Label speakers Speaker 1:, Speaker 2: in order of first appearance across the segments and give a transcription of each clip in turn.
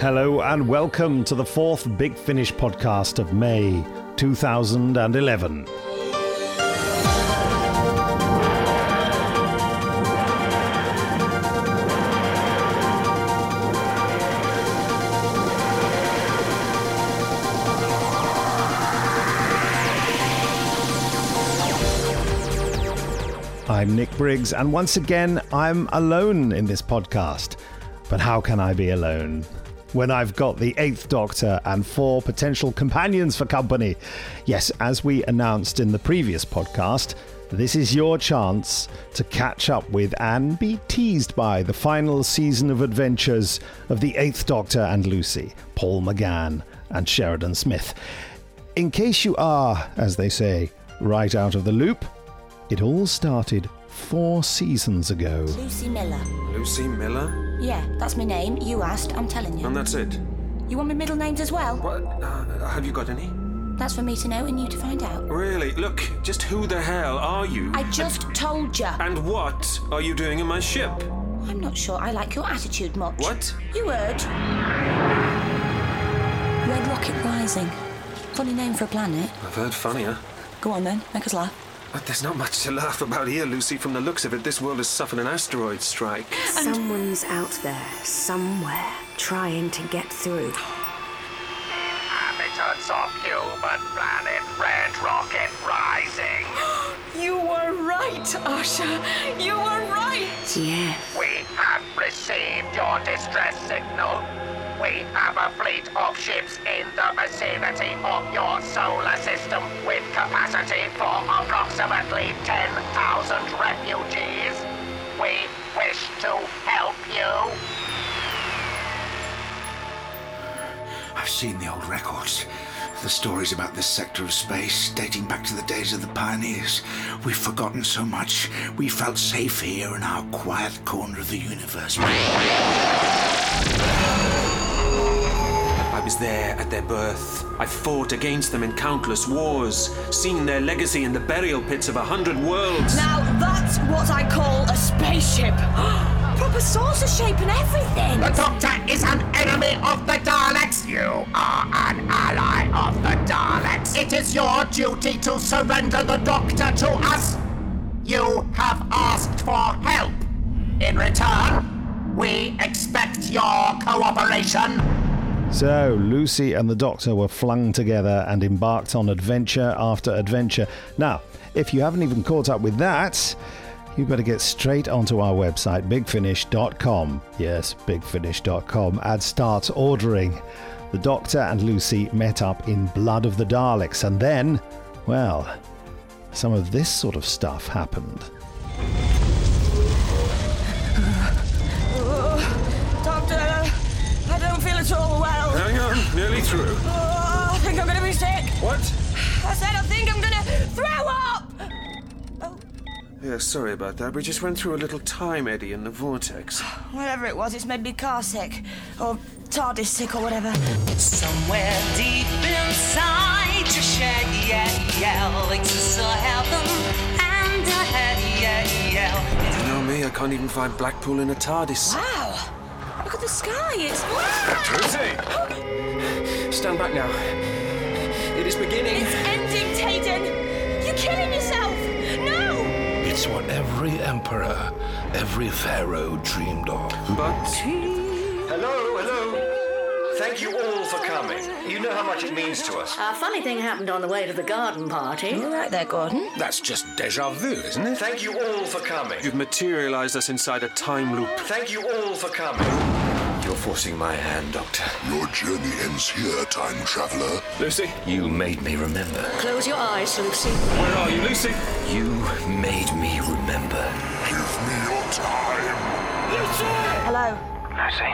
Speaker 1: Hello and welcome to the fourth Big Finish podcast of May 2011. I'm Nick Briggs, and once again, I'm alone in this podcast. But how can I be alone? When I've got the Eighth Doctor and four potential companions for company. Yes, as we announced in the previous podcast, this is your chance to catch up with and be teased by the final season of adventures of the Eighth Doctor and Lucy, Paul McGann, and Sheridan Smith. In case you are, as they say, right out of the loop, it all started four seasons ago.
Speaker 2: Lucy Miller.
Speaker 3: Lucy Miller?
Speaker 2: Yeah, that's my name. You asked, I'm telling you.
Speaker 3: And that's it.
Speaker 2: You want my middle names as well?
Speaker 3: What? Uh, have you got any?
Speaker 2: That's for me to know and you to find out.
Speaker 3: Really? Look, just who the hell are you?
Speaker 2: I just told you.
Speaker 3: And what are you doing in my ship?
Speaker 2: I'm not sure I like your attitude much.
Speaker 3: What?
Speaker 2: You heard. Red Rocket Rising. Funny name for a planet.
Speaker 3: I've heard funnier.
Speaker 2: Go on then, make us laugh.
Speaker 3: But there's not much to laugh about here, Lucy. From the looks of it, this world has suffered an asteroid strike.
Speaker 4: Someone's out there, somewhere, trying to get through.
Speaker 5: Habitants of human planet Red Rocket Rising,
Speaker 6: You were right, Asha. You were right.
Speaker 4: Yeah.
Speaker 5: we have received your distress signal. We have a fleet of ships in the vicinity of your solar system with capacity for approximately 10,000 refugees. We wish to help you.
Speaker 7: I've seen the old records. The stories about this sector of space dating back to the days of the pioneers. We've forgotten so much. We felt safe here in our quiet corner of the universe.
Speaker 3: I was there at their birth. I fought against them in countless wars, seen their legacy in the burial pits of a hundred worlds.
Speaker 6: Now that's what I call a spaceship. Proper saucer shape and everything.
Speaker 5: The Doctor is an enemy of the Daleks. You are an ally of the Daleks. It is your duty to surrender the Doctor to us. You have asked for help. In return, we expect your cooperation.
Speaker 1: So, Lucy and the Doctor were flung together and embarked on adventure after adventure. Now, if you haven't even caught up with that, you better get straight onto our website, bigfinish.com. Yes, bigfinish.com, and start ordering. The Doctor and Lucy met up in Blood of the Daleks, and then, well, some of this sort of stuff happened.
Speaker 6: Doctor, I don't feel at all well.
Speaker 3: Hang on, nearly through.
Speaker 6: Oh, I think I'm gonna be sick.
Speaker 3: What?
Speaker 6: I said I think I'm gonna throw up. Oh,
Speaker 3: Yeah, sorry about that. We just went through a little time eddy in the vortex.
Speaker 6: whatever it was, it's made me car sick. Or TARDIS sick or whatever.
Speaker 8: Somewhere deep inside your shed, yeah, yeah, exists a heaven and a head, yeah, yeah.
Speaker 3: You know me, I can't even find Blackpool in a TARDIS.
Speaker 6: Wow. Look at the sky. It's.
Speaker 3: Stand back now. It is beginning.
Speaker 6: It's ending, Tayden. You're killing yourself. No.
Speaker 7: It's what every emperor, every pharaoh dreamed of.
Speaker 3: But
Speaker 9: Hello, hello. Thank you all for coming. You know how much it means to us.
Speaker 4: A funny thing happened on the way to the garden party.
Speaker 6: You're right there, Gordon.
Speaker 10: That's just deja vu, isn't it?
Speaker 9: Thank you all for coming.
Speaker 3: you've materialized us inside a time loop.
Speaker 9: Thank you all for coming. You're forcing my hand, Doctor.
Speaker 7: Your journey ends here, time traveler.
Speaker 3: Lucy?
Speaker 9: You made me remember.
Speaker 4: Close your eyes, Lucy.
Speaker 3: Where are you, Lucy?
Speaker 9: You made me remember.
Speaker 7: Give me your time.
Speaker 6: Hello.
Speaker 5: Lucy,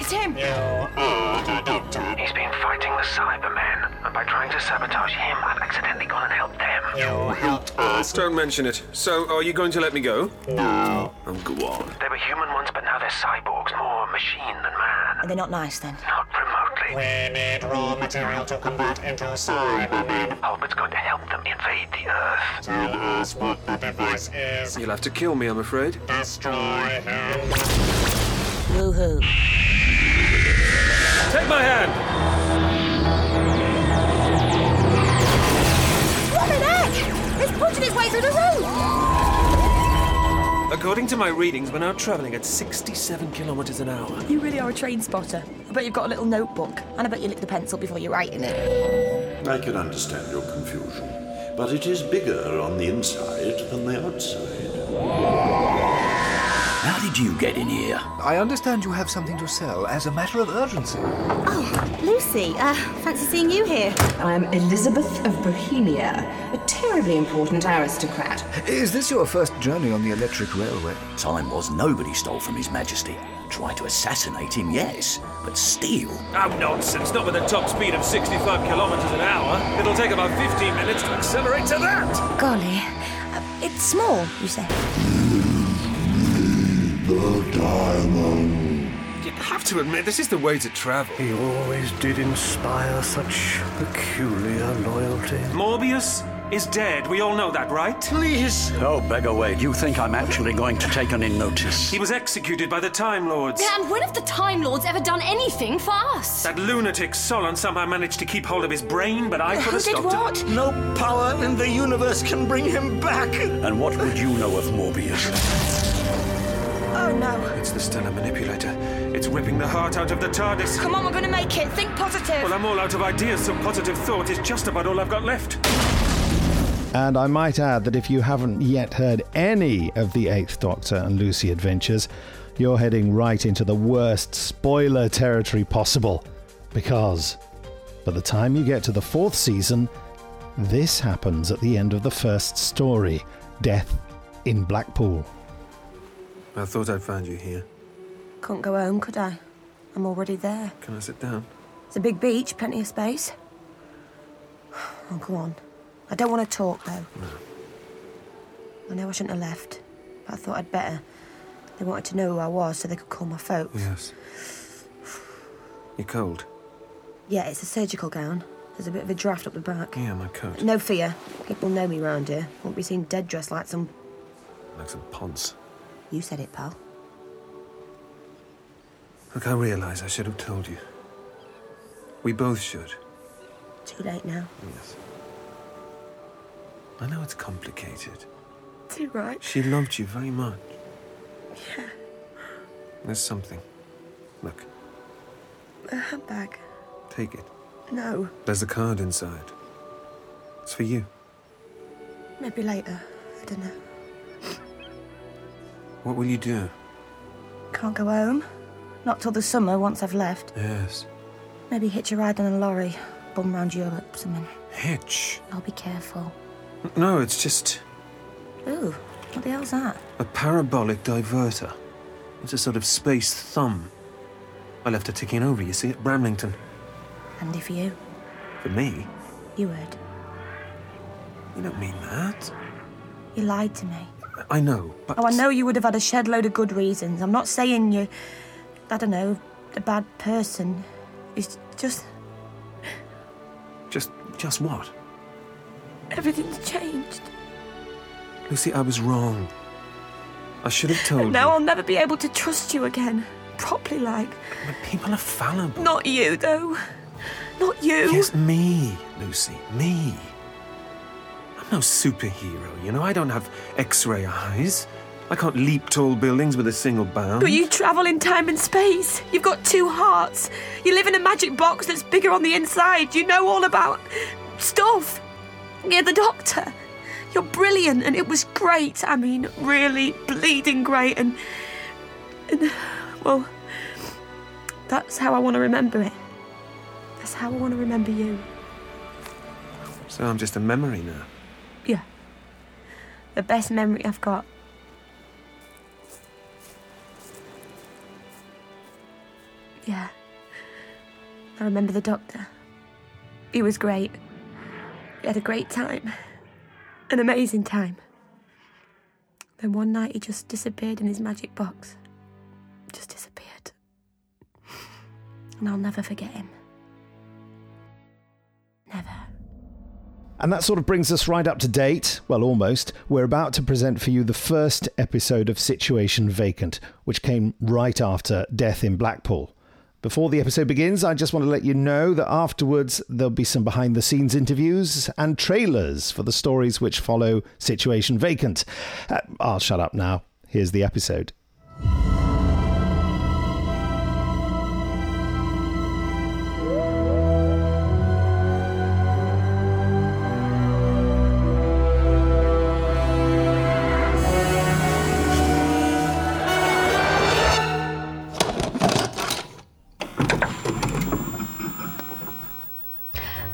Speaker 6: It's him.
Speaker 5: he's been fighting the Cybermen, and by trying to sabotage him, I've accidentally gone and helped them.
Speaker 3: Uh, Don't mention it. So, are you going to let me go? No. Oh, go on.
Speaker 5: They were human once, but now they're cyborgs, more machine than man.
Speaker 6: They're not nice then.
Speaker 5: Not remotely. We need raw material to convert into Cybermen. Holbert's going to help them invade the Earth. Tell us what the device is.
Speaker 3: You'll have to kill me, I'm afraid.
Speaker 5: Destroy him.
Speaker 2: Woohoo.
Speaker 3: According to my readings, we're now travelling at 67 kilometres an hour.
Speaker 6: You really are a train spotter. I bet you've got a little notebook, and I bet you lick the pencil before you write in it.
Speaker 11: I can understand your confusion, but it is bigger on the inside than the outside.
Speaker 12: How did you get in here?
Speaker 13: I understand you have something to sell as a matter of urgency.
Speaker 14: Lucy, uh, fancy seeing you here. I'm Elizabeth of Bohemia, a terribly important aristocrat.
Speaker 13: Is this your first journey on the electric railway?
Speaker 12: Time was nobody stole from His Majesty. Try to assassinate him, yes, but steal?
Speaker 3: Oh, nonsense. Not with a top speed of 65 kilometres an hour. It'll take about 15 minutes to accelerate to that.
Speaker 6: Golly, uh, it's small, you say.
Speaker 3: The diamond. You have to admit, this is the way to travel.
Speaker 15: He always did inspire such peculiar loyalty.
Speaker 3: Morbius is dead. We all know that, right? Please.
Speaker 12: Oh, beggar Wade, you think I'm actually going to take any notice?
Speaker 3: He was executed by the Time Lords.
Speaker 16: And when have the Time Lords ever done anything for us?
Speaker 3: That lunatic Solon somehow managed to keep hold of his brain, but I put a
Speaker 16: Did
Speaker 3: stop
Speaker 16: what?
Speaker 3: to
Speaker 17: No power in the universe can bring him back.
Speaker 12: And what would you know of Morbius?
Speaker 6: Oh no.
Speaker 3: It's the Stellar Manipulator. It's ripping the heart out of the TARDIS.
Speaker 6: Come on, we're gonna make it. Think positive.
Speaker 3: Well, I'm all out of ideas, so positive thought is just about all I've got left.
Speaker 1: And I might add that if you haven't yet heard any of the Eighth Doctor and Lucy adventures, you're heading right into the worst spoiler territory possible. Because by the time you get to the fourth season, this happens at the end of the first story Death in Blackpool.
Speaker 3: I thought I'd found you here.
Speaker 6: Couldn't go home, could I? I'm already there.
Speaker 3: Can I sit down?
Speaker 6: It's a big beach, plenty of space. Oh, go on. I don't want to talk, though. I know I shouldn't have left, but I thought I'd better. They wanted to know who I was so they could call my folks.
Speaker 3: Yes. You're cold.
Speaker 6: Yeah, it's a surgical gown. There's a bit of a draft up the back.
Speaker 3: Yeah, my coat.
Speaker 6: No fear. People know me round here. Won't be seen dead dressed like some.
Speaker 3: Like some ponce.
Speaker 6: You said it, pal.
Speaker 3: Look, I realise I should have told you. We both should.
Speaker 6: Too late now.
Speaker 3: Yes. I know it's complicated.
Speaker 6: Too right.
Speaker 3: She loved you very much. There's something. Look,
Speaker 6: A handbag.
Speaker 3: take it.
Speaker 6: No.
Speaker 3: There's a card inside. It's for you.
Speaker 6: Maybe later. I don't know.
Speaker 3: What will you do?
Speaker 6: Can't go home. Not till the summer, once I've left.
Speaker 3: Yes.
Speaker 6: Maybe hitch a ride on a lorry. Bum round Europe, something.
Speaker 3: Hitch.
Speaker 6: I'll be careful.
Speaker 3: N- No, it's just
Speaker 6: Ooh, what the hell's that?
Speaker 3: a parabolic diverter. It's a sort of space thumb. I left it ticking over, you see, at Bramlington.
Speaker 6: Handy for you.
Speaker 3: For me?
Speaker 6: You heard.
Speaker 3: You don't mean that.
Speaker 6: You lied to me.
Speaker 3: I know, but.
Speaker 6: Oh, I know you would have had a shed load of good reasons. I'm not saying you, I don't know, a bad person. It's just
Speaker 3: Just, just what?
Speaker 6: everything's changed.
Speaker 3: Lucy, I was wrong. I should have told
Speaker 6: And now I'll never be able to trust you again. Properly, like.
Speaker 3: you. People are fallible.
Speaker 6: Not you, though. Not you.
Speaker 3: Yes, me, Lucy, me. I'm no superhero, you know. I don't have X-ray eyes. I can't leap tall buildings with a single bound.
Speaker 6: But you travel in time and space. You've got two hearts. You live in a magic box that's bigger on the inside. You know all about stuff. You're the doctor. You're brilliant, and it was great. I mean, really bleeding great. And, and well, that's how I want to remember it. That's how I want to remember you.
Speaker 3: So I'm just a memory now.
Speaker 6: Yeah. The best memory I've got. Yeah. I remember the doctor. He was great. We had a great time. An amazing time. Then one night he just disappeared in his magic box. Just disappeared. And I'll never forget him.
Speaker 1: And that sort of brings us right up to date. Well, almost. We're about to present for you the first episode of Situation Vacant, which came right after Death in Blackpool. Before the episode begins, I just want to let you know that afterwards there'll be some behind the scenes interviews and trailers for the stories which follow Situation Vacant. Uh, I'll shut up now. Here's the episode.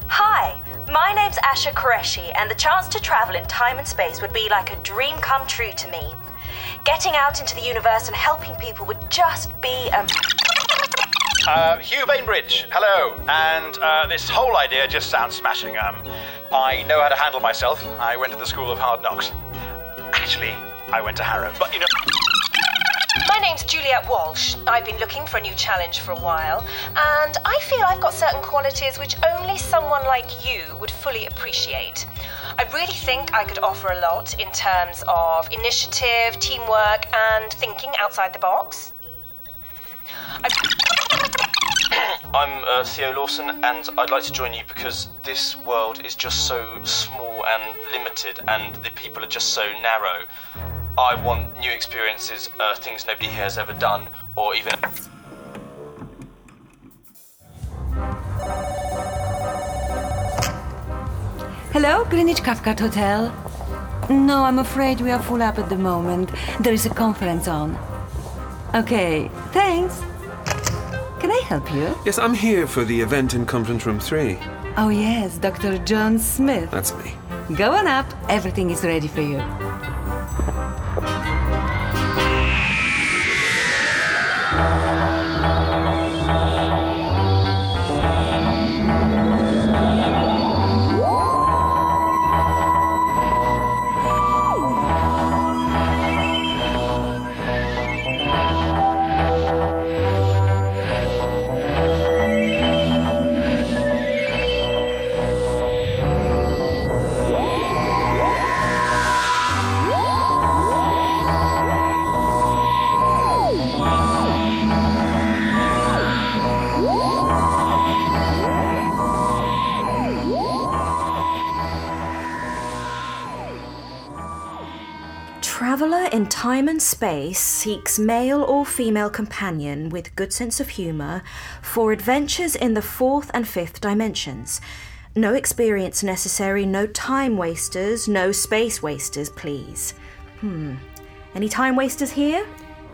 Speaker 18: Hi, my name's Asha Qureshi, and the chance to travel in time and space would be like a dream come true to me. Getting out into the universe and helping people would just be a.
Speaker 19: Uh, Hugh Bainbridge, hello. And uh, this whole idea just sounds smashing. Um, I know how to handle myself. I went to the school of hard knocks. Actually, I went to Harrow, but you know.
Speaker 18: My name's Juliet Walsh. I've been looking for a new challenge for a while, and I feel I've got certain qualities which only someone like you would fully appreciate. I really think I could offer a lot in terms of initiative, teamwork, and thinking outside the box.
Speaker 20: I'm uh, Theo Lawson, and I'd like to join you because this world is just so small and limited, and the people are just so narrow. I want new experiences, uh, things nobody here has ever done, or even.
Speaker 21: Hello, Greenwich Cathcart Hotel. No, I'm afraid we are full up at the moment. There is a conference on. Okay, thanks. Can I help you?
Speaker 3: Yes, I'm here for the event in Conference Room 3.
Speaker 21: Oh, yes, Dr. John Smith.
Speaker 3: That's me.
Speaker 21: Go on up. Everything is ready for you.
Speaker 18: Traveller in time and space seeks male or female companion with good sense of humour for adventures in the fourth and fifth dimensions. No experience necessary, no time wasters, no space wasters, please. Hmm. Any time wasters here?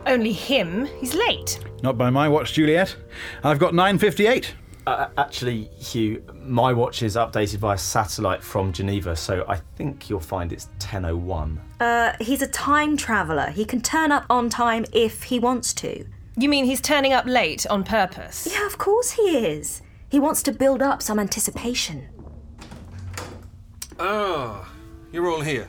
Speaker 18: Only him. He's late.
Speaker 22: Not by my watch, Juliet. I've got 9.58.
Speaker 20: Uh, actually, Hugh, my watch is updated by satellite from Geneva, so I think you'll find it's 10.01.
Speaker 18: Uh, he's a time traveller. He can turn up on time if he wants to. You mean he's turning up late on purpose? Yeah, of course he is. He wants to build up some anticipation.
Speaker 3: Ah, you're all here.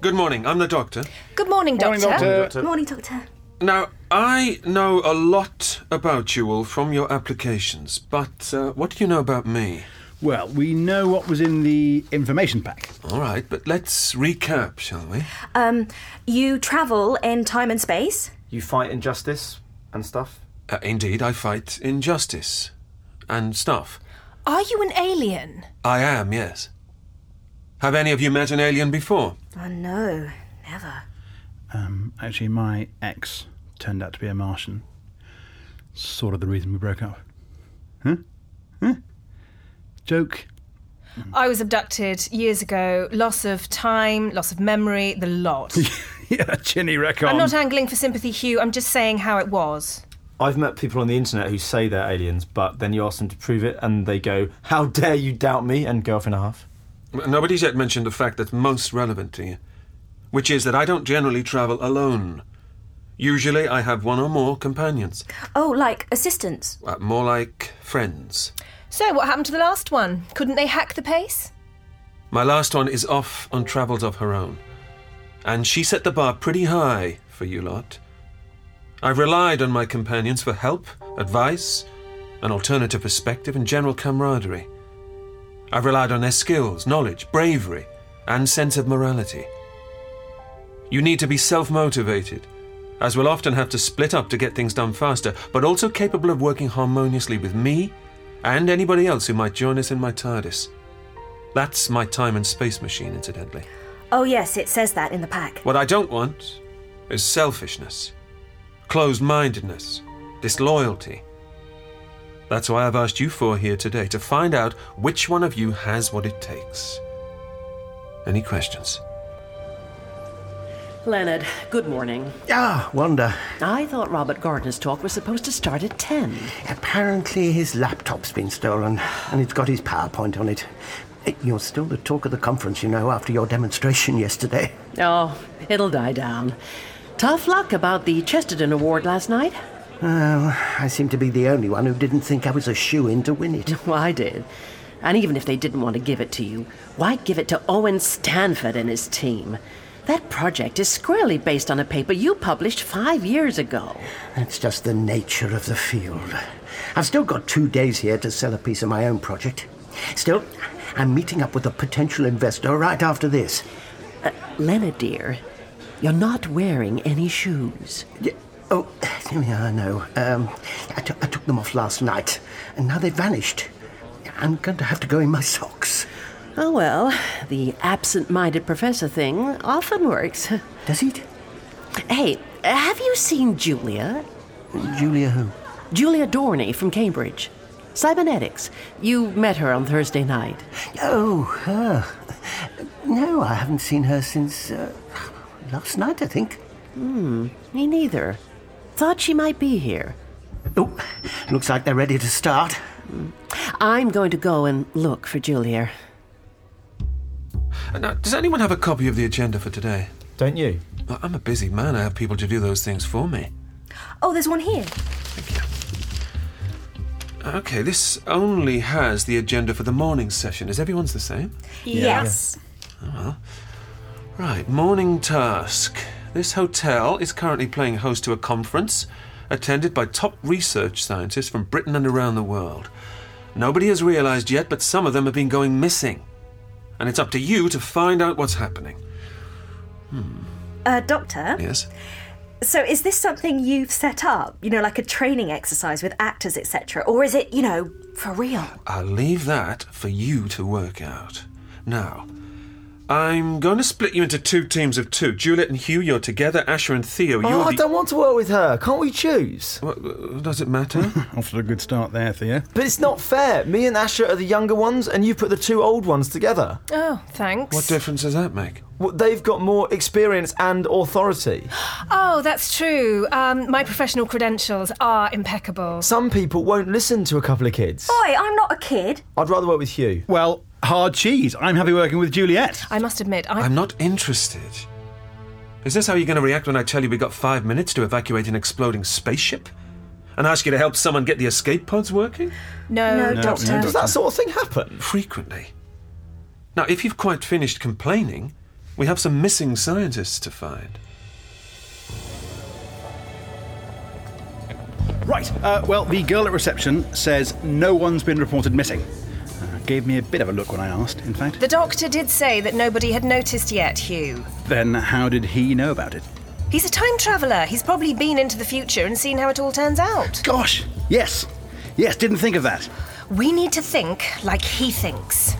Speaker 3: Good morning. I'm the doctor.
Speaker 18: Good morning,
Speaker 3: Morning,
Speaker 18: Doctor.
Speaker 3: Doctor. Doctor.
Speaker 18: Morning, Doctor.
Speaker 3: Now, I know a lot about you all from your applications, but uh, what do you know about me?
Speaker 22: Well, we know what was in the information pack.
Speaker 3: All right, but let's recap, shall we?
Speaker 18: Um, you travel in time and space?
Speaker 3: You fight injustice and stuff? Uh, indeed, I fight injustice and stuff.
Speaker 23: Are you an alien?
Speaker 3: I am, yes. Have any of you met an alien before?
Speaker 18: Oh, no, never.
Speaker 22: Um, actually, my ex turned out to be a Martian. Sort of the reason we broke up. Huh? Huh? Joke.
Speaker 23: I was abducted years ago. Loss of time, loss of memory, the lot.
Speaker 22: yeah, chinny record.
Speaker 23: I'm not angling for sympathy, Hugh. I'm just saying how it was.
Speaker 20: I've met people on the internet who say they're aliens, but then you ask them to prove it, and they go, How dare you doubt me? and go off in a half.
Speaker 3: Nobody's yet mentioned the fact that's most relevant to you, which is that I don't generally travel alone. Usually, I have one or more companions,
Speaker 18: Oh, like assistants?
Speaker 3: uh, more like friends.
Speaker 23: So, what happened to the last one? Couldn't they hack the pace?
Speaker 3: My last one is off on travels of her own. And she set the bar pretty high for you lot. I've relied on my companions for help, advice, an alternative perspective, and general camaraderie. I've relied on their skills, knowledge, bravery, and sense of morality. You need to be self motivated, as we'll often have to split up to get things done faster, but also capable of working harmoniously with me and anybody else who might join us in my TARDIS. That's my time and space machine, incidentally.
Speaker 18: Oh, yes, it says that in the pack.
Speaker 3: What I don't want is selfishness, closed mindedness, disloyalty. That's why I've asked you four here today to find out which one of you has what it takes. Any questions?
Speaker 4: Leonard, good morning.
Speaker 8: Ah, Wanda.
Speaker 4: I thought Robert Gardner's talk was supposed to start at 10.
Speaker 8: Apparently his laptop's been stolen, and it's got his PowerPoint on it. Eh, You're still the talk of the conference, you know, after your demonstration yesterday.
Speaker 4: Oh, it'll die down. Tough luck about the Chesterton Award last night.
Speaker 8: Well, I seem to be the only one who didn't think I was a shoe in to win it.
Speaker 4: Well, I did. And even if they didn't want to give it to you, why give it to Owen Stanford and his team? That project is squarely based on a paper you published five years ago.
Speaker 8: That's just the nature of the field. I've still got two days here to sell a piece of my own project. Still, I'm meeting up with a potential investor right after this.
Speaker 4: Uh, Leonard, dear, you're not wearing any shoes.
Speaker 8: oh, yeah, I know. Um, I, t- I took them off last night, and now they've vanished. I'm going to have to go in my socks.
Speaker 4: Oh, well, the absent minded professor thing often works.
Speaker 8: Does it?
Speaker 4: Hey, have you seen Julia?
Speaker 8: Julia who?
Speaker 4: Julia Dorney from Cambridge. Cybernetics. You met her on Thursday night.
Speaker 8: Oh, her. No, I haven't seen her since uh, last night, I think.
Speaker 4: Hmm, me neither. Thought she might be here.
Speaker 8: Oh, looks like they're ready to start.
Speaker 4: I'm going to go and look for Julia.
Speaker 3: And Uh, now, does anyone have a copy of the agenda for today?
Speaker 10: Don't you?
Speaker 3: I'm a busy man. I have people to do those things for me.
Speaker 18: Oh, there's one here.
Speaker 3: Okay, this only has the agenda for the morning session. Is everyone's the same?
Speaker 18: Yes.
Speaker 3: Oh, well. Right, morning task. This hotel is currently playing host to a conference attended by top research scientists from Britain and around the world. Nobody has realised yet, but some of them have been going missing. And it's up to you to find out what's happening. Hmm.
Speaker 18: Uh, Doctor?
Speaker 3: Yes?
Speaker 18: So is this something you've set up? You know, like a training exercise with actors, etc.? Or is it, you know, for real?
Speaker 3: I'll leave that for you to work out. Now, I'm going to split you into two teams of two. Juliet and Hugh, you're together. Asher and Theo, you're
Speaker 10: oh, I
Speaker 3: the-
Speaker 10: don't want to work with her. Can't we choose?
Speaker 3: does it matter?
Speaker 10: Off to a good start there, Theo. But it's not fair. Me and Asher are the younger ones, and you put the two old ones together.
Speaker 23: Oh, thanks.
Speaker 10: What
Speaker 3: difference does that make?
Speaker 10: Well, they've got more experience and authority.
Speaker 23: Oh, that's true. Um, my professional credentials are impeccable.
Speaker 10: Some people won't listen to a couple of kids.
Speaker 23: Boy, I'm not a kid.
Speaker 10: I'd rather work with Hugh.
Speaker 22: Well, hard cheese. I'm happy working with Juliet.
Speaker 23: I must admit, I.
Speaker 3: I'm not interested. Is this how you're going to react when I tell you we've got five minutes to evacuate an exploding spaceship? And ask you to help someone get the escape pods working?
Speaker 23: No,
Speaker 10: Does that sort of thing happen?
Speaker 3: Frequently. Now, if you've quite finished complaining, we have some missing scientists to find.
Speaker 22: Right. Uh, well, the girl at reception says no one's been reported missing. Uh, gave me a bit of a look when I asked, in fact.
Speaker 23: The doctor did say that nobody had noticed yet, Hugh.
Speaker 22: Then how did he know about it?
Speaker 23: He's a time traveller. He's probably been into the future and seen how it all turns out.
Speaker 22: Gosh! Yes. Yes, didn't think of that.
Speaker 23: We need to think like he thinks.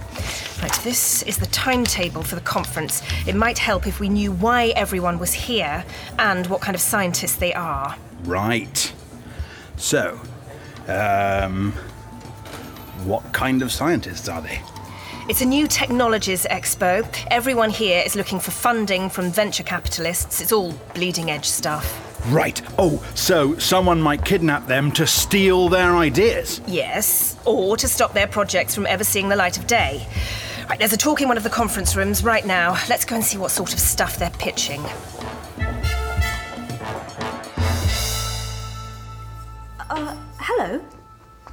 Speaker 23: Right, this is the timetable for the conference. It might help if we knew why everyone was here and what kind of scientists they are.
Speaker 22: Right. So, um, what kind of scientists are they?
Speaker 23: It's a new technologies expo. Everyone here is looking for funding from venture capitalists. It's all bleeding edge stuff.
Speaker 22: Right. Oh, so someone might kidnap them to steal their ideas.
Speaker 23: Yes, or to stop their projects from ever seeing the light of day. Right, there's a talk in one of the conference rooms right now. Let's go and see what sort of stuff they're pitching.
Speaker 18: Uh, hello.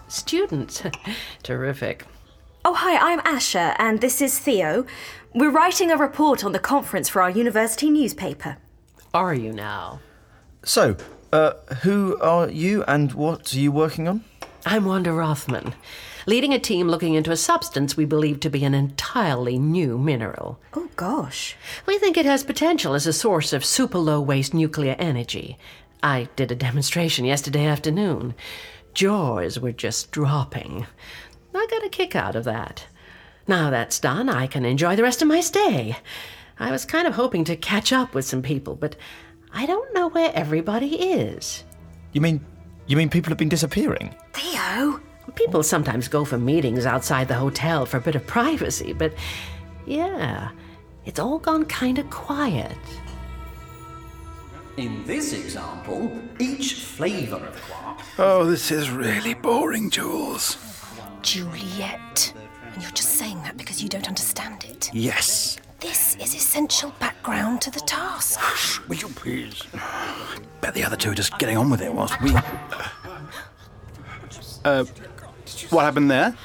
Speaker 4: Students. Terrific.
Speaker 18: Oh, hi, I'm Asher, and this is Theo. We're writing a report on the conference for our university newspaper.
Speaker 4: Are you now?
Speaker 10: So, uh, who are you and what are you working on?
Speaker 4: I'm Wanda Rothman, leading a team looking into a substance we believe to be an entirely new mineral.
Speaker 18: Oh, gosh.
Speaker 4: We think it has potential as a source of super low waste nuclear energy. I did a demonstration yesterday afternoon. Jaws were just dropping. I got a kick out of that. Now that's done, I can enjoy the rest of my stay. I was kind of hoping to catch up with some people, but I don't know where everybody is.
Speaker 5: You mean you mean people have been disappearing?
Speaker 4: Theo? People sometimes go for meetings outside the hotel for a bit of privacy, but yeah, it's all gone kind of quiet.
Speaker 17: In this example, each flavour of quark.
Speaker 13: Oh, this is really boring, Jules.
Speaker 17: Juliet.
Speaker 23: And you're just saying that because you don't understand it.
Speaker 13: Yes.
Speaker 23: This is essential background to the task.
Speaker 13: Will you please? Bet the other two are just getting on with it whilst we.
Speaker 22: Uh, what happened there?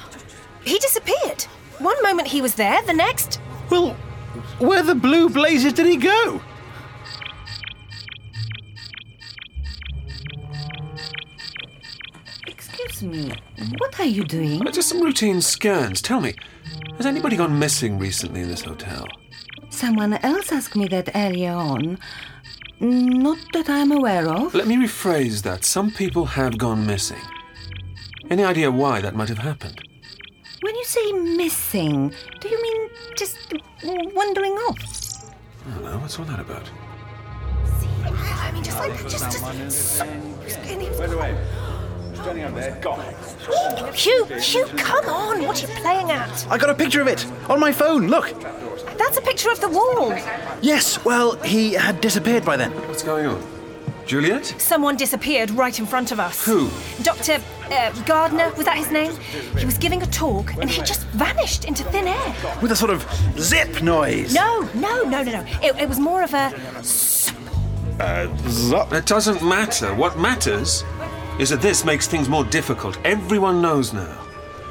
Speaker 23: He disappeared. One moment he was there, the next.
Speaker 22: Well, where the blue blazes did he go?
Speaker 21: Excuse me, what are you doing?
Speaker 3: Uh, Just some routine scans. Tell me, has anybody gone missing recently in this hotel?
Speaker 21: Someone else asked me that earlier on. Not that I'm aware of.
Speaker 3: Let me rephrase that. Some people have gone missing. Any idea why that might have happened?
Speaker 21: When you say missing, do you mean just wandering off?
Speaker 3: I don't know. What's all that about?
Speaker 23: I mean, just like, just, just.
Speaker 22: By the way, standing up there, gone.
Speaker 23: Hugh, Hugh, come on! What are you playing at?
Speaker 22: I got a picture of it on my phone. Look.
Speaker 23: That's a picture of the wall.
Speaker 22: Yes. Well, he had disappeared by then.
Speaker 3: What's going on? Juliet?
Speaker 23: Someone disappeared right in front of us.
Speaker 3: Who?
Speaker 23: Dr. Uh, Gardner, was that his name? He was giving a talk and he just vanished into thin air.
Speaker 22: With a sort of zip noise.
Speaker 23: No, no, no, no, no. It, it was more of a. s-
Speaker 3: Uh, It doesn't matter. What matters is that this makes things more difficult. Everyone knows now.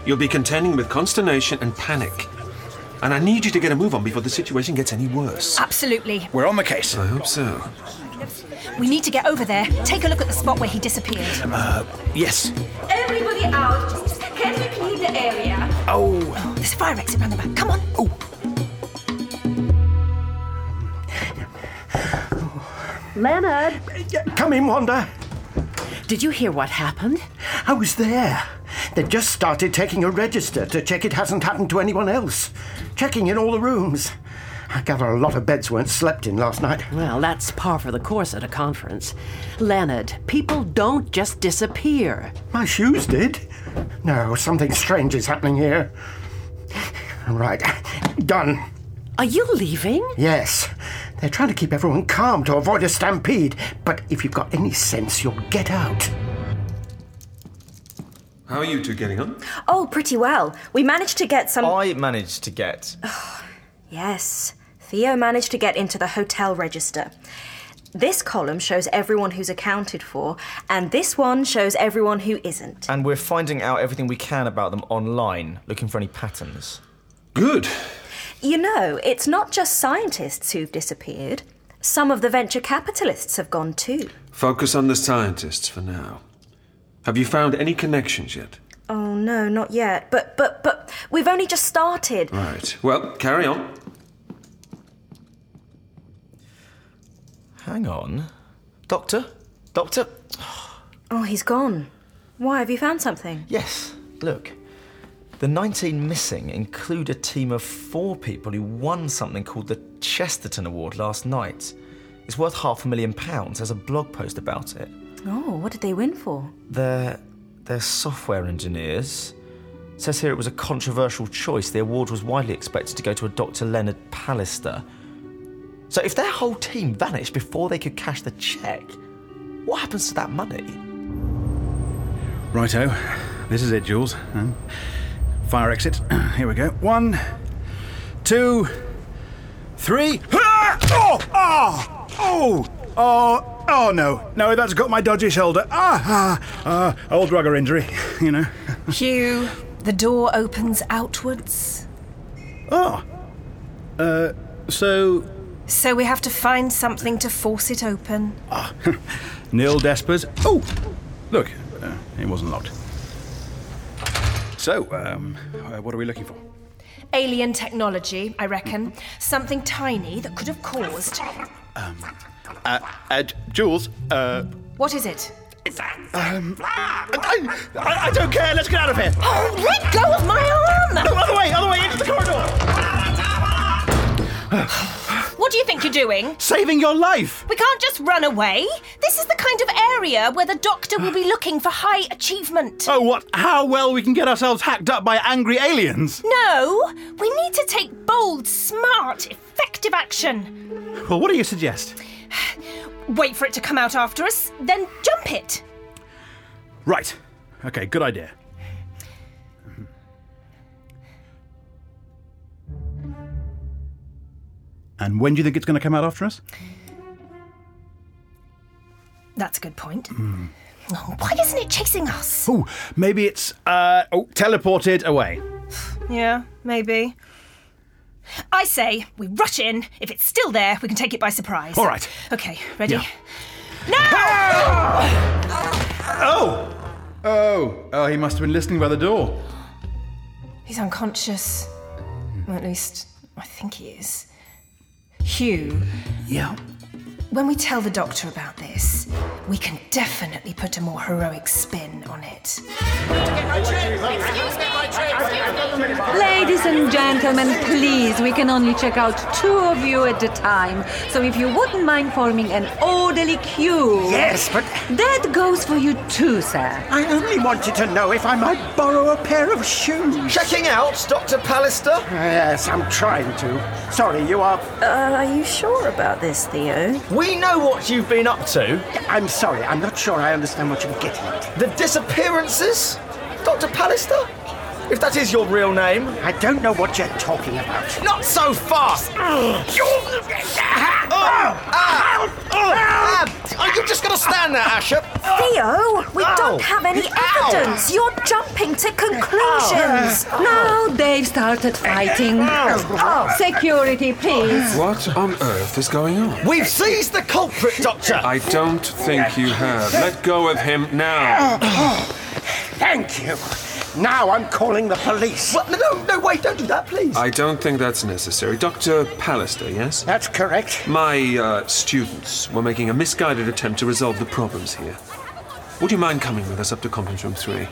Speaker 3: You'll be contending with consternation and panic. And I need you to get a move on before the situation gets any worse.
Speaker 23: Absolutely.
Speaker 3: We're on the case. I hope so.
Speaker 23: We need to get over there. Take a look at the spot where he disappeared.
Speaker 22: Uh, yes.
Speaker 23: Everybody out. Can we clean the area?
Speaker 22: Oh.
Speaker 23: There's a fire exit round the back. Come on.
Speaker 4: Leonard!
Speaker 8: Come in, Wanda.
Speaker 4: Did you hear what happened?
Speaker 8: I was there. They just started taking a register to check it hasn't happened to anyone else. Checking in all the rooms. I gather a lot of beds weren't slept in last night.
Speaker 4: Well, that's par for the course at a conference. Leonard, people don't just disappear.
Speaker 8: My shoes did. No, something strange is happening here. Right, done.
Speaker 4: Are you leaving?
Speaker 8: Yes. They're trying to keep everyone calm to avoid a stampede, but if you've got any sense, you'll get out.
Speaker 3: How are you two getting on?
Speaker 18: Oh, pretty well. We managed to get
Speaker 10: Um,
Speaker 18: some.
Speaker 5: I managed to get.
Speaker 18: Yes, Theo managed to get into the hotel register. This column shows everyone who's accounted for, and this one shows everyone who isn't.
Speaker 5: And we're finding out everything we can about them online, looking for any patterns.
Speaker 3: Good.
Speaker 18: You know, it's not just scientists who've disappeared. Some of the venture capitalists have gone too.
Speaker 3: Focus on the scientists for now. Have you found any connections yet?
Speaker 18: Oh no, not yet. But but but we've only just started.
Speaker 3: Right. Well, carry on.
Speaker 5: Hang on. Doctor? Doctor?
Speaker 18: Oh, he's gone. Why have you found something?
Speaker 5: Yes. Look. The 19 missing include a team of four people who won something called the Chesterton Award last night. It's worth half a million pounds. There's a blog post about it.
Speaker 18: Oh, what did they win for?
Speaker 5: They're, they're software engineers. It says here it was a controversial choice. The award was widely expected to go to a Dr. Leonard Pallister. So if their whole team vanished before they could cash the check, what happens to that money?
Speaker 22: Righto. This is it, Jules. Um, Fire exit. Here we go. One, two, three. Ah! Oh! Ah! Oh! Oh! Oh no! No, that's got my dodgy shoulder. Ah! Ah! ah old rugger injury, you know.
Speaker 23: Hugh, the door opens outwards.
Speaker 22: Oh. Uh. So.
Speaker 23: So we have to find something to force it open.
Speaker 22: Neil Despers. Oh, look, uh, it wasn't locked. So, um, uh, what are we looking for?
Speaker 23: Alien technology, I reckon. Something tiny that could have caused.
Speaker 22: Uh, uh Jules. Uh,
Speaker 23: What is it?
Speaker 22: um, I, I, I don't care. Let's get out of here.
Speaker 23: Oh, let go of my arm!
Speaker 22: No, other way, other way into the corridor.
Speaker 23: What do you think you're doing?
Speaker 10: Saving your life!
Speaker 23: We can't just run away. This is the kind of area where the doctor will be looking for high achievement.
Speaker 10: Oh, what? How well we can get ourselves hacked up by angry aliens?
Speaker 23: No, we need to take bold, smart, effective action.
Speaker 10: Well, what do you suggest?
Speaker 23: Wait for it to come out after us, then jump it.
Speaker 10: Right. Okay, good idea. And when do you think it's going to come out after us?
Speaker 23: That's a good point. Oh, why isn't it chasing us?
Speaker 10: Oh, Hmm. maybe it's uh, oh, teleported away.
Speaker 23: Yeah, maybe. I say we rush in. If it's still there, we can take it by surprise.
Speaker 10: All right.
Speaker 23: Okay, ready?
Speaker 10: Yeah.
Speaker 23: No!
Speaker 22: Oh! Oh, oh, he must have been listening by the door.
Speaker 23: He's unconscious. Well, at least I think he is. Hugh,
Speaker 10: Yeah.
Speaker 23: when we tell the doctor about this, we can definitely put a more heroic spin on it.
Speaker 21: Ladies and gentlemen, please, we can only check out two of you at a time. So if you wouldn't mind forming an orderly queue.
Speaker 8: Yes, but-
Speaker 21: That goes for you too, sir.
Speaker 8: I only wanted to know if I might borrow a pair of shoes. Checking out, Dr. Pallister? yes, I'm trying to. Sorry, you are. Uh, are you sure about this, Theo? We know what you've been up to. I'm sorry, I'm not sure I understand what you're getting at. The disappearances? Dr. Pallister? If that is your real name. I don't know what you're talking about.
Speaker 5: Not so fast! Oh, uh, Are you just going to stand there, Asher?
Speaker 18: Theo, we
Speaker 5: Ow.
Speaker 18: don't have any
Speaker 5: Ow.
Speaker 18: evidence. You're jumping to conclusions.
Speaker 5: Oh,
Speaker 21: Now they've started fighting. Security, please.
Speaker 3: What on earth is going on?
Speaker 5: We've seized the culprit, Doctor!
Speaker 3: I don't think you have. Let go of him now.
Speaker 8: Thank you. Now I'm calling the police. What? No, no, wait, don't do that, please.
Speaker 3: I don't think that's necessary. Dr. Pallister, yes?
Speaker 8: That's correct.
Speaker 3: My uh, students were making a misguided attempt to resolve the problems here. Would you mind coming with us up to conference room three?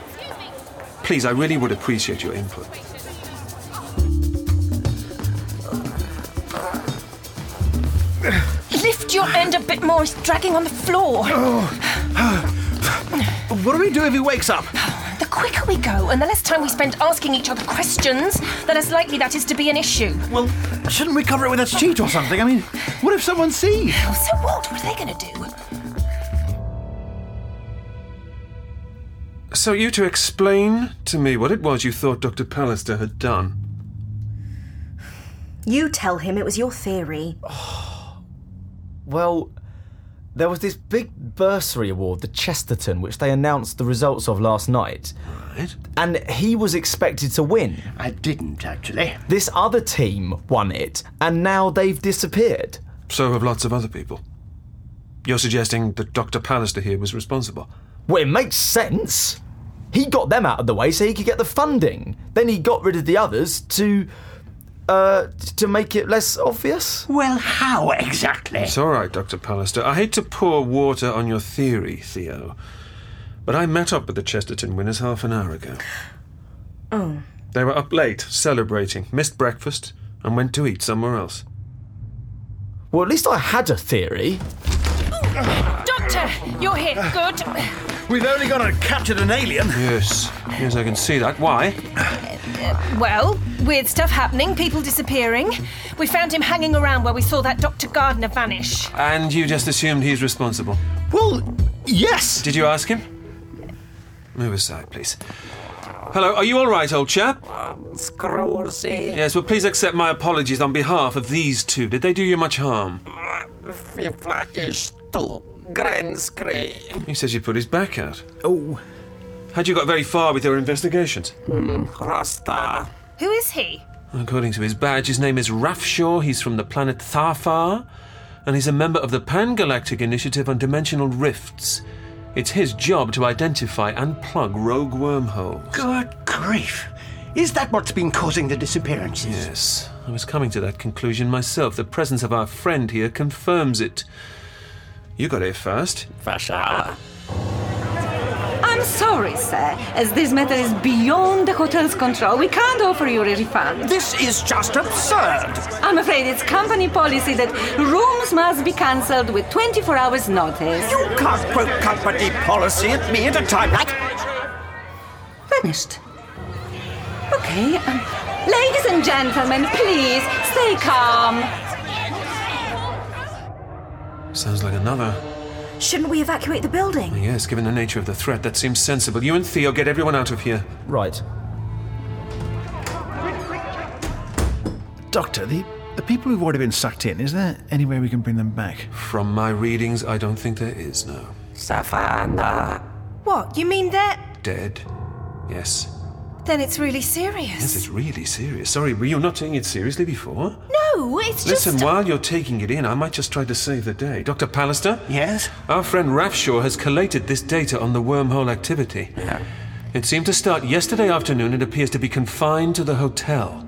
Speaker 3: Please, I really would appreciate your input.
Speaker 23: Lift your end a bit more, it's dragging on the floor.
Speaker 10: What do we do if he wakes up?
Speaker 23: The quicker we go and the less time we spend asking each other questions, the less likely that is to be an issue.
Speaker 10: Well, shouldn't we cover it with a sheet or something? I mean, what if someone sees?
Speaker 23: So what? What are they going to do?
Speaker 3: So, you to explain to me what it was you thought Dr. Pallister had done.
Speaker 18: You tell him it was your theory.
Speaker 5: Well, there was this big bursary award, the Chesterton, which they announced the results of last night.
Speaker 3: Right.
Speaker 5: And he was expected to win.
Speaker 8: I didn't, actually.
Speaker 5: This other team won it, and now they've disappeared.
Speaker 3: So have lots of other people. You're suggesting that Dr. Pallister here was responsible.
Speaker 5: Well, it makes sense. He got them out of the way so he could get the funding. Then he got rid of the others to. Uh, to make it less obvious?
Speaker 8: Well, how exactly?
Speaker 3: It's all right, Dr. Pallister. I hate to pour water on your theory, Theo, but I met up with the Chesterton winners half an hour ago.
Speaker 18: Oh.
Speaker 3: They were up late, celebrating, missed breakfast, and went to eat somewhere else.
Speaker 5: Well, at least I had a theory.
Speaker 23: Doctor, you're here. Good.
Speaker 22: We've only gone and captured an alien.
Speaker 3: Yes, yes, I can see that. Why?
Speaker 23: Well, weird stuff happening, people disappearing. We found him hanging around where we saw that Dr. Gardner vanish.
Speaker 3: And you just assumed he's responsible.
Speaker 5: Well, yes!
Speaker 3: Did you ask him? Move aside, please. Hello, are you all right, old chap?
Speaker 2: Scrollsy.
Speaker 3: Yes, well, please accept my apologies on behalf of these two. Did they do you much harm?
Speaker 2: Fiflakish to Grenskri.
Speaker 3: He says you put his back out. Oh. Had you got very far with your investigations?
Speaker 17: Hmm,
Speaker 2: Rasta.
Speaker 23: Who is he?
Speaker 3: According to his badge, his name is Rafshaw. He's from the planet Tharfar, and he's a member of the Pan Galactic Initiative on Dimensional Rifts. It's his job to identify and plug rogue wormholes.
Speaker 8: Good grief. Is that what's been causing the disappearances?
Speaker 3: Yes, I was coming to that conclusion myself. The presence of our friend here confirms it. You got here first.
Speaker 2: Fasha.
Speaker 23: I'm
Speaker 21: sorry, sir. As this matter is beyond the hotel's control, we can't offer you a refund.
Speaker 17: This is just absurd.
Speaker 21: I'm afraid it's company policy that rooms must be cancelled with 24 hours notice.
Speaker 17: You can't quote company policy at me at a time like.
Speaker 21: Finished. Okay. um, ladies and gentlemen, please stay calm.
Speaker 3: Sounds like another.
Speaker 18: Shouldn't we evacuate the building?
Speaker 3: Yes, given the nature of the threat, that seems sensible. You and Theo get everyone out of here.
Speaker 5: Right.
Speaker 22: Doctor, the, the people who've already been sucked in, is there any way we can bring them back?
Speaker 3: From my readings, I don't think there is, no. Savannah.
Speaker 23: What? You mean that?
Speaker 3: Dead. Yes.
Speaker 23: Then it's really serious.
Speaker 3: Yes, it's really serious. Sorry, were you not taking it seriously before?
Speaker 23: No, it's just.
Speaker 3: Listen, while you're taking it in, I might just try to save the day. Dr. Pallister? Yes? Our friend Rafshaw has collated this data on the wormhole activity. It seemed to start yesterday afternoon and appears to be confined to the hotel.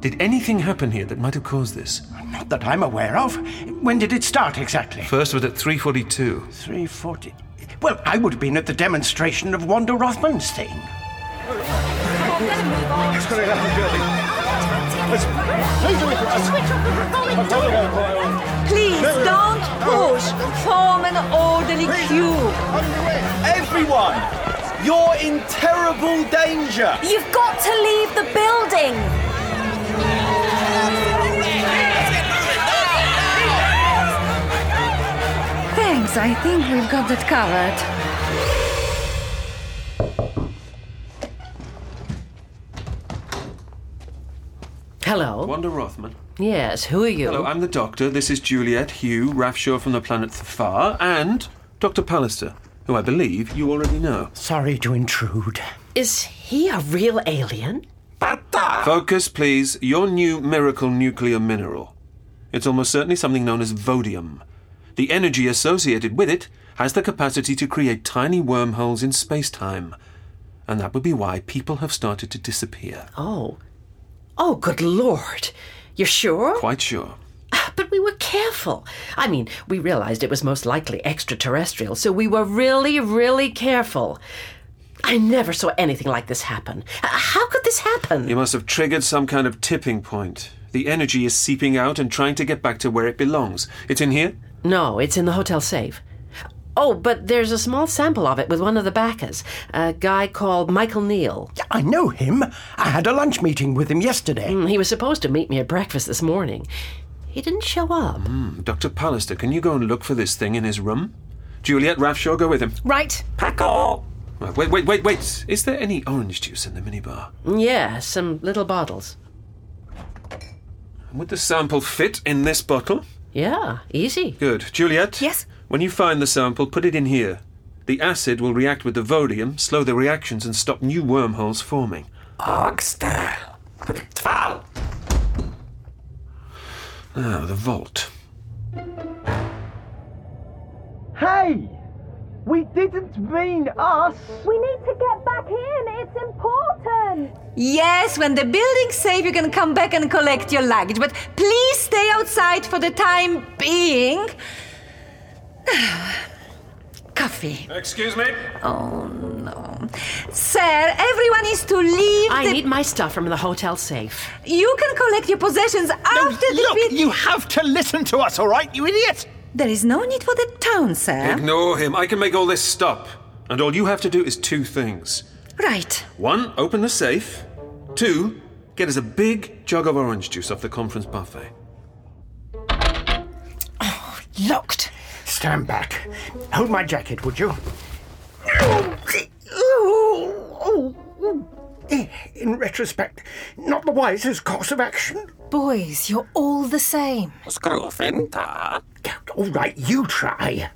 Speaker 3: Did anything happen here that might have caused this?
Speaker 17: Not that I'm aware of. When did it start exactly?
Speaker 3: First was at 342.
Speaker 17: 340. Well, I would have been at the demonstration of Wanda Rothman's thing.
Speaker 15: It's going to happen, Let's Please do it for
Speaker 21: Please don't push. Form an orderly queue.
Speaker 5: Everyone, you're in terrible danger.
Speaker 7: You've got to leave the building.
Speaker 21: Thanks, I think we've got that covered.
Speaker 3: Hello. Wanda Rothman.
Speaker 4: Yes, who are you?
Speaker 3: Hello, I'm the doctor. This is Juliet Hugh Rafshaw from the planet Thafar and Dr. Pallister, who I believe you already know.
Speaker 17: Sorry to intrude.
Speaker 4: Is he a real alien?
Speaker 3: Focus, please. Your new miracle nuclear mineral. It's almost certainly something known as vodium. The energy associated with it has the capacity to create tiny wormholes in space time. And that would be why people have started to disappear.
Speaker 4: Oh. Oh, good lord. You're sure? Ah,
Speaker 3: Quite sure.
Speaker 4: But we were careful. I mean, we realized it was most likely extraterrestrial, so we were really, really careful. I never saw anything like this happen. Uh, How could this happen?
Speaker 3: You must have triggered some kind of tipping point. The energy is seeping out and trying to get back to where it belongs. It's in here?
Speaker 4: No, it's in the hotel safe. Oh, but there's a small sample of it with one of the backers, a guy called Michael Neal.
Speaker 17: I know him. I had a lunch meeting with him yesterday.
Speaker 4: Mm, he was supposed to meet me at breakfast this morning. He didn't show up.
Speaker 3: Hmm, Dr. Pallister, can you go and look for this thing in his room? Juliet Rafshaw, go with him.
Speaker 23: Right.
Speaker 3: Paco! Wait, wait, wait, wait. Is there any orange juice in the minibar?
Speaker 4: Yeah, some little bottles.
Speaker 3: Would the sample fit in this bottle?
Speaker 4: Yeah, easy.
Speaker 3: Good. Juliet? Yes? When you find the sample, put it in here. The acid will react with the vodium, slow the reactions, and stop new wormholes forming. Oxter. Now, Ah, the vault.
Speaker 9: Hey! We didn't mean us!
Speaker 7: We need to get back in. It's important.
Speaker 21: Yes, when the building's safe, you can come back and collect your luggage, but please stay outside for the time being. Coffee.
Speaker 3: Excuse me?
Speaker 21: Oh, no. Sir, everyone is to leave.
Speaker 4: I
Speaker 21: the...
Speaker 4: need my stuff from the hotel safe.
Speaker 21: You can collect your possessions after the. Look,
Speaker 9: you have to listen to us, all right, you idiot!
Speaker 21: There is no need for the town, sir.
Speaker 3: Ignore him. I can make all this stop. And all you have to do is two things.
Speaker 21: Right.
Speaker 3: One, open the safe. Two, get us a big jug of orange juice off the conference buffet.
Speaker 17: Locked. Stand back. Hold my jacket, would you? Oh, eh, In retrospect, not the wisest course of action.
Speaker 23: Boys, you're all the same.
Speaker 2: Screwfinta.
Speaker 17: All right, you try.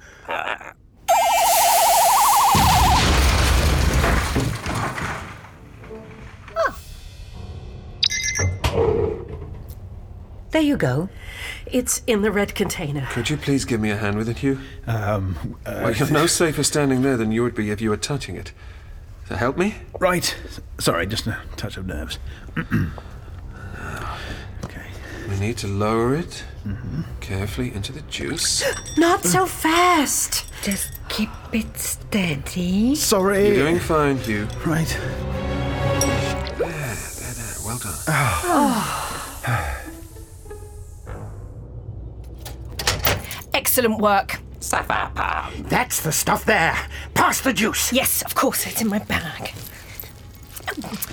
Speaker 4: There you go. It's in the red container.
Speaker 3: Could you please give me a hand with it, Hugh? Um. well, you're no safer standing there than you would be if you were touching it. So help me?
Speaker 22: Right. Sorry, just a touch of nerves. okay.
Speaker 3: We need to lower it carefully into the juice.
Speaker 21: Not so fast. Just keep it steady.
Speaker 22: Sorry.
Speaker 3: You're doing fine, Hugh.
Speaker 22: Right.
Speaker 3: Well done.
Speaker 23: Excellent work.
Speaker 15: That's the stuff there. Pass the juice.
Speaker 23: Yes, of course, it's in my bag.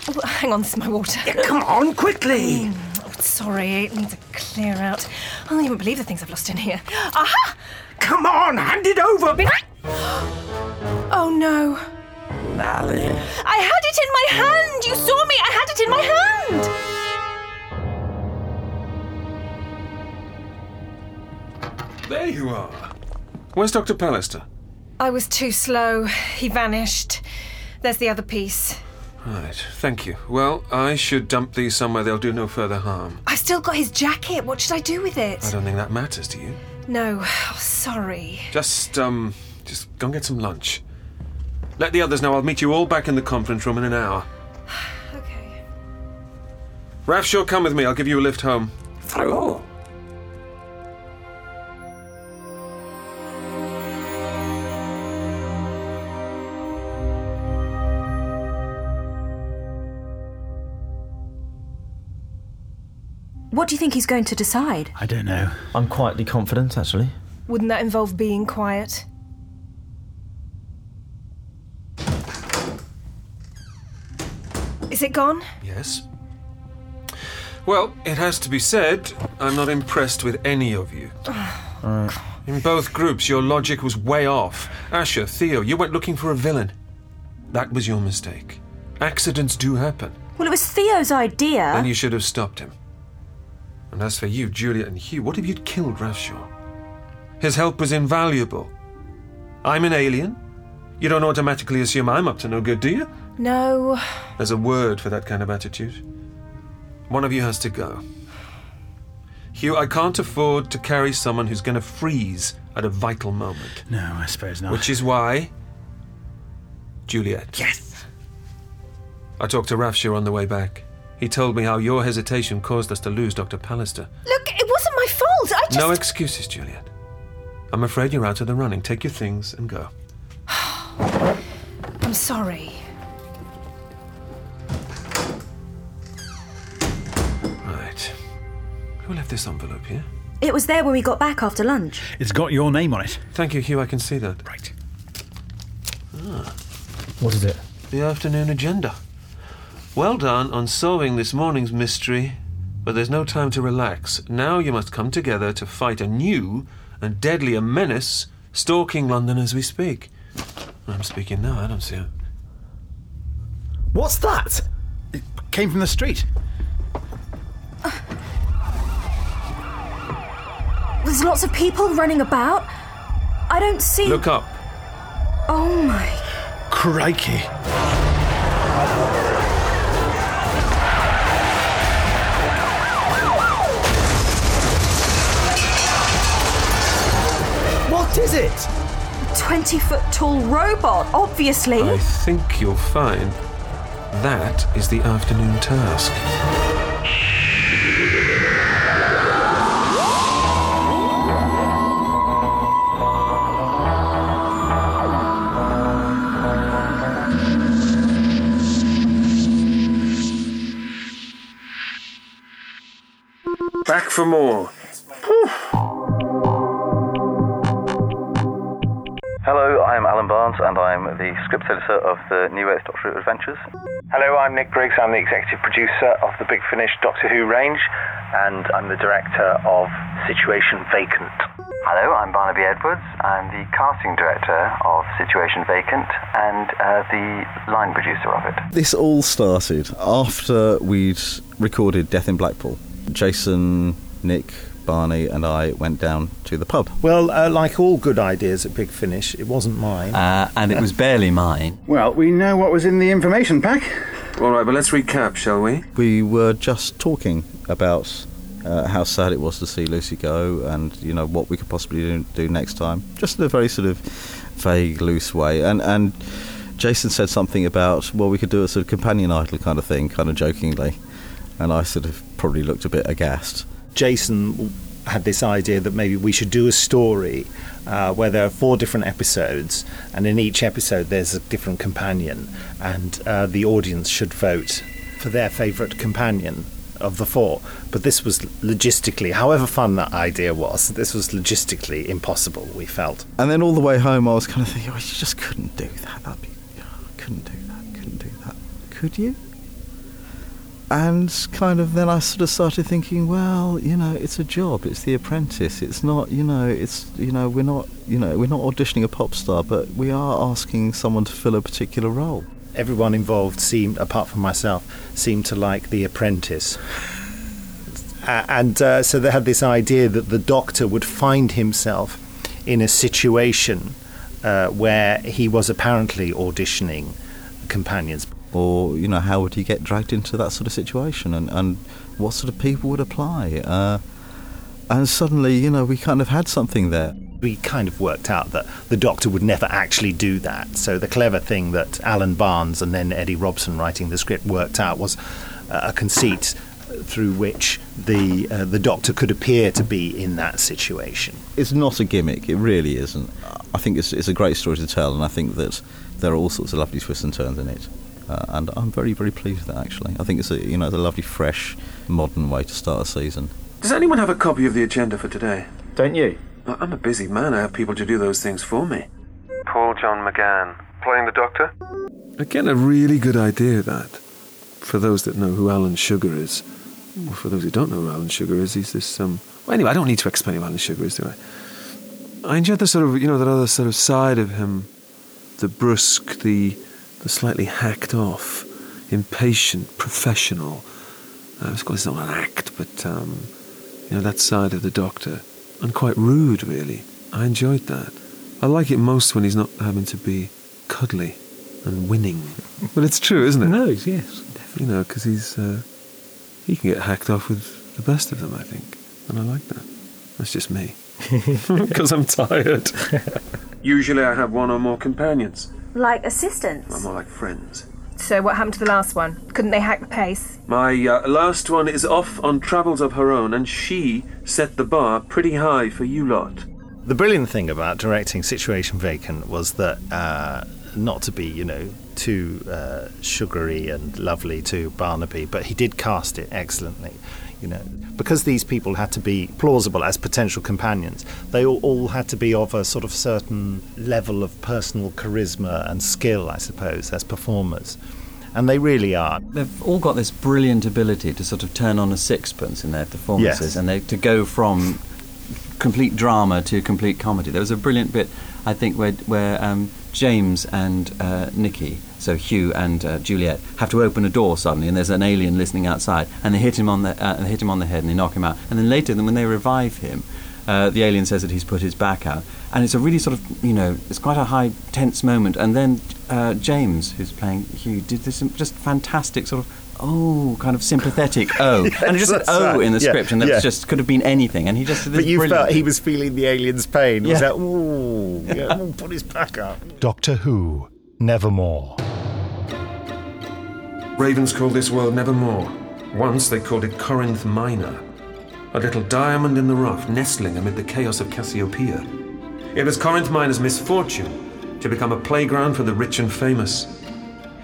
Speaker 23: Oh, hang on, this is my water.
Speaker 15: Come on, quickly.
Speaker 23: Oh, sorry, it needs a clear out. I will not even believe the things I've lost in here. Aha!
Speaker 15: Come on, hand it over.
Speaker 23: Oh no,
Speaker 15: Malice.
Speaker 23: I had it in my hand! You saw me, I had it in my hand!
Speaker 3: There you are. Where's Dr. Pallister?
Speaker 23: I was too slow. He vanished. There's the other piece.
Speaker 3: Right, thank you. Well, I should dump these somewhere they'll do no further harm.
Speaker 23: I've still got his jacket. What should I do with it?
Speaker 3: I don't think that matters to you.
Speaker 23: No, oh, sorry.
Speaker 3: Just, um, just go and get some lunch. Let the others know I'll meet you all back in the conference room in an hour. okay. Rafshaw, come with me. I'll give you a lift home. Through.
Speaker 18: What do you think he's going to decide?
Speaker 22: I don't know.
Speaker 5: I'm quietly confident, actually.
Speaker 23: Wouldn't that involve being quiet? Is it gone?
Speaker 3: Yes. Well, it has to be said, I'm not impressed with any of you. In both groups, your logic was way off. Asher, Theo, you went looking for a villain. That was your mistake. Accidents do happen,
Speaker 18: Well, it was Theo's idea.
Speaker 3: and you should have stopped him. And as for you, Julia and Hugh, what if you'd killed Rafshaw? His help was invaluable. I'm an alien. You don't automatically assume I'm up to no good, do you?
Speaker 23: No.
Speaker 3: There's a word for that kind of attitude. One of you has to go. Hugh, I can't afford to carry someone who's going to freeze at a vital moment.
Speaker 22: No, I suppose not.
Speaker 3: Which is why. Juliet. Yes! I talked to Rafshir on the way back. He told me how your hesitation caused us to lose Dr. Pallister.
Speaker 23: Look, it wasn't my fault. I just.
Speaker 3: No excuses, Juliet. I'm afraid you're out of the running. Take your things and go.
Speaker 23: I'm sorry.
Speaker 3: Right. Who left this envelope here?
Speaker 18: It was there when we got back after lunch.
Speaker 22: It's got your name on it.
Speaker 3: Thank you, Hugh. I can see that. Right.
Speaker 18: Ah.
Speaker 5: What is it?
Speaker 3: The afternoon agenda. Well done on solving this morning's mystery, but there's no time to relax. Now you must come together to fight a new and deadlier menace stalking London as we speak. I'm speaking now, I don't see it.
Speaker 22: What's that? It came from the street.
Speaker 18: There's lots of people running about. I don't see.
Speaker 3: Look up.
Speaker 18: Oh my.
Speaker 22: Crikey.
Speaker 18: What is it? 20 foot tall robot, obviously.
Speaker 3: I think you'll find that is the afternoon task. Back for more.
Speaker 11: Hello, I'm Alan Barnes, and I'm the script editor of the newest Doctor Who Adventures.
Speaker 14: Hello, I'm Nick Briggs. I'm the executive producer of the Big Finish Doctor Who range, and I'm the director of Situation Vacant.
Speaker 11: Hello, I'm Barnaby Edwards. I'm the casting director of Situation Vacant and uh, the line producer of it.
Speaker 16: This all started after we'd recorded Death in Blackpool. Jason, Nick, Barney, and I went down to the pub.
Speaker 1: Well, uh, like all good ideas at Big Finish, it wasn't mine.
Speaker 16: Uh, and it was barely mine.
Speaker 22: Well, we know what was in the information pack.
Speaker 3: All right, but let's recap, shall we?
Speaker 16: We were just talking about uh, how sad it was to see Lucy go, and you know what we could possibly do, do next time, just in a very sort of vague, loose way. And and Jason said something about well, we could do a sort of companion idol kind of thing, kind of jokingly, and I sort of probably looked a bit aghast.
Speaker 1: Jason w- had this idea that maybe we should do a story uh, where there are four different episodes, and in each episode there's a different companion, and uh, the audience should vote for their favourite companion of the four. But this was logistically, however fun that idea was, this was logistically impossible, we felt.
Speaker 16: And then all the way home, I was kind of thinking, oh, you just couldn't do that. That'd be, oh, couldn't do that. Couldn't do that. Could you? And kind of then I sort of started thinking, well, you know, it's a job. It's The Apprentice. It's not, you know, it's you know, we're not, you know, we're not auditioning a pop star, but we are asking someone to fill a particular role.
Speaker 1: Everyone involved seemed, apart from myself, seemed to like The Apprentice. A- and uh, so they had this idea that the doctor would find himself in a situation uh, where he was apparently auditioning companions.
Speaker 16: or you know how would you get dragged into that sort of situation and, and what sort of people would apply uh, and suddenly you know we kind of had something there
Speaker 1: we kind of worked out that the Doctor would never actually do that. So the clever thing that Alan Barnes and then Eddie Robson writing the script worked out was uh, a conceit through which the uh, the Doctor could appear to be in that situation.
Speaker 16: it's not a gimmick it really isn't i think it's, it's a great story to tell and i think that there are all sorts of lovely twists and turns in it uh, and i'm very very pleased with that actually i think it's a you know it's a lovely fresh modern way to start a season
Speaker 3: Does anyone have a copy of the agenda for today?
Speaker 24: Don't you?
Speaker 3: I'm a busy man. I have people to do those things for me.
Speaker 4: Paul John McGann, playing the Doctor?
Speaker 25: Again, a really good idea that. For those that know who Alan Sugar is, or for those who don't know who Alan Sugar is, he's this. Um, well, anyway, I don't need to explain who Alan Sugar is, do I? I enjoyed the sort of, you know, that other sort of side of him, the brusque, the, the slightly hacked off, impatient, professional. Uh, of course, it's not an act, but um, you know that side of the Doctor, and quite rude, really. I enjoyed that. I like it most when he's not having to be cuddly and winning. But it's true, isn't it? No, yes, definitely. You know, because he's uh, he can get hacked off with the best of them, I think, and I like that. That's just me, because I'm tired.
Speaker 3: Usually I have one or more companions.
Speaker 26: Like assistants.
Speaker 3: I'm more like friends.
Speaker 23: So, what happened to the last one? Couldn't they hack the pace?
Speaker 3: My uh, last one is off on travels of her own, and she set the bar pretty high for you lot.
Speaker 1: The brilliant thing about directing Situation Vacant was that uh, not to be, you know, too uh, sugary and lovely to Barnaby, but he did cast it excellently. You know, because these people had to be plausible as potential companions, they all, all had to be of a sort of certain level of personal charisma and skill, I suppose, as performers. And they really are.
Speaker 19: They've all got this brilliant ability to sort of turn on a sixpence in their performances
Speaker 1: Yes.
Speaker 19: and they, to go from complete drama to complete comedy. There was a brilliant bit, I think, where, where um, James and uh, Nikki, so Hugh and uh, Juliet, have to open a door suddenly and there's an alien listening outside and they hit him on the, uh, and they hit him on the head and they knock him out. And then later, then when they revive him, uh, the alien says that he's put his back out, and it's a really sort of you know it's quite a high tense moment. And then uh, James, who's playing Hugh, did this just fantastic sort of oh kind of sympathetic oh, and it just said
Speaker 1: That's
Speaker 19: oh
Speaker 1: right.
Speaker 19: in the
Speaker 1: Yeah,
Speaker 19: script, and that
Speaker 1: yeah.
Speaker 19: was just could have been anything. And he just did this
Speaker 1: But you
Speaker 19: brilliant-
Speaker 1: felt he was feeling the alien's pain. It Was
Speaker 19: Yeah.
Speaker 1: that, ooh, yeah, ooh, put his back up.
Speaker 27: Doctor Who, Nevermore.
Speaker 3: Ravens called this world Nevermore. Once they called it Corinth Minor, a little diamond in the rough nestling amid the chaos of Cassiopeia. It was Corinth Minor's misfortune to become a playground for the rich and famous.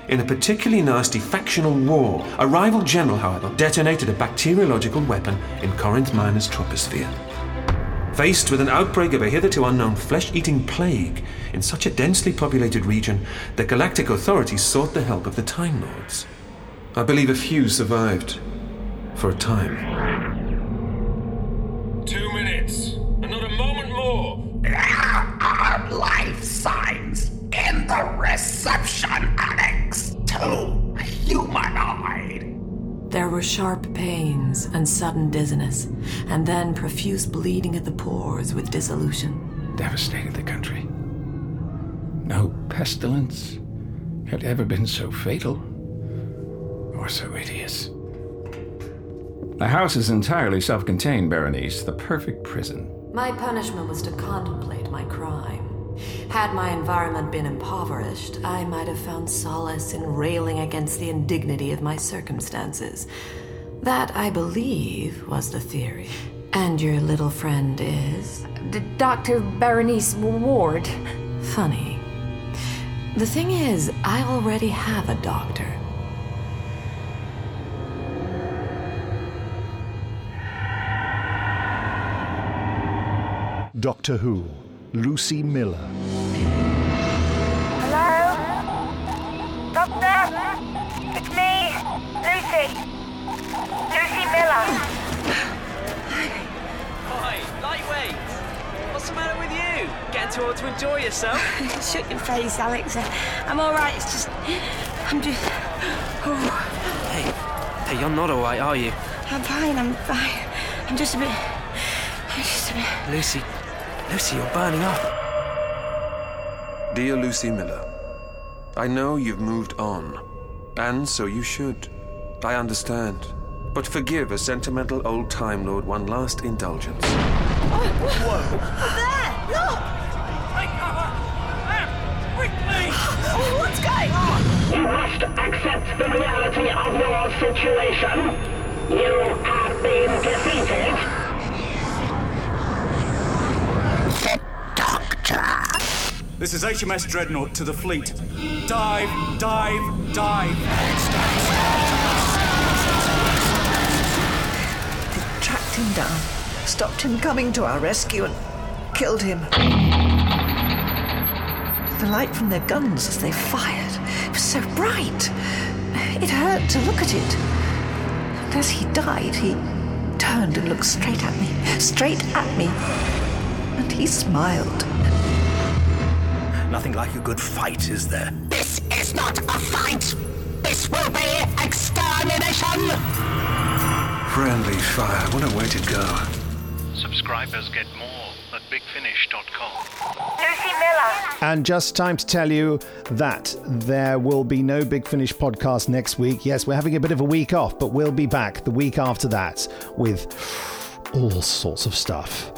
Speaker 3: In a particularly nasty factional war, a rival general, however, detonated a bacteriological weapon in Corinth Minor's troposphere. Faced with an outbreak of a hitherto unknown flesh eating plague in such a densely populated region, the galactic authorities sought the help of the Time Lords. I believe a few survived. For a time.
Speaker 5: Two minutes, and not a moment more. Life signs in the reception annex. Two humanoid.
Speaker 28: There were sharp pains and sudden dizziness, and then profuse bleeding at the pores with dissolution.
Speaker 22: Devastated the country. No pestilence had ever been so fatal or so hideous. The house is entirely self contained, Berenice, the perfect prison.
Speaker 28: My punishment was to contemplate my crime. Had my environment been impoverished, I might have found solace in railing against the indignity of my circumstances. That, I believe, was the theory. And your little friend is?
Speaker 29: D- Dr. Berenice Ward.
Speaker 28: Funny. The thing is, I already have a doctor.
Speaker 1: Doctor Who, Lucy Miller.
Speaker 6: Hello? Doctor? It's me, Lucy. Lucy Miller.
Speaker 4: Hi, lightweight. What's the matter with you? Getting too old to enjoy yourself?
Speaker 6: Shut your face, Alex. I'm alright, it's just. I'm just. Oh,
Speaker 4: Hey, you're not alright, are you?
Speaker 6: I'm fine, I'm fine. I'm just a bit. I'm just a bit.
Speaker 4: Lucy. Lucy, you're burning up.
Speaker 3: Dear Lucy Miller, I know you've moved on, and so you should. I understand. But forgive a sentimental old Time Lord one last indulgence.
Speaker 6: There! Look! Take cover! Quickly! Oh, what's going on?
Speaker 30: You must accept the reality of your situation. You have been defeated.
Speaker 5: This is HMS Dreadnought to the fleet. Dive, dive, dive. Tracked him down, stopped him coming to our rescue, and killed him. The light from their guns as they fired was so bright. It hurt to look at it. And as he died, he turned and looked straight at me, straight at me. And he smiled.
Speaker 21: Nothing like a good fight, is there?
Speaker 30: This is not a fight. This will be extermination.
Speaker 5: Friendly fire, what a way to go.
Speaker 31: Subscribers get more at bigfinish.com.
Speaker 6: Lucy Miller.
Speaker 1: And just time to tell you that there will be no Big Finish podcast next week. Yes, we're having a bit of a week off, but we'll be back the week after that with all sorts of stuff.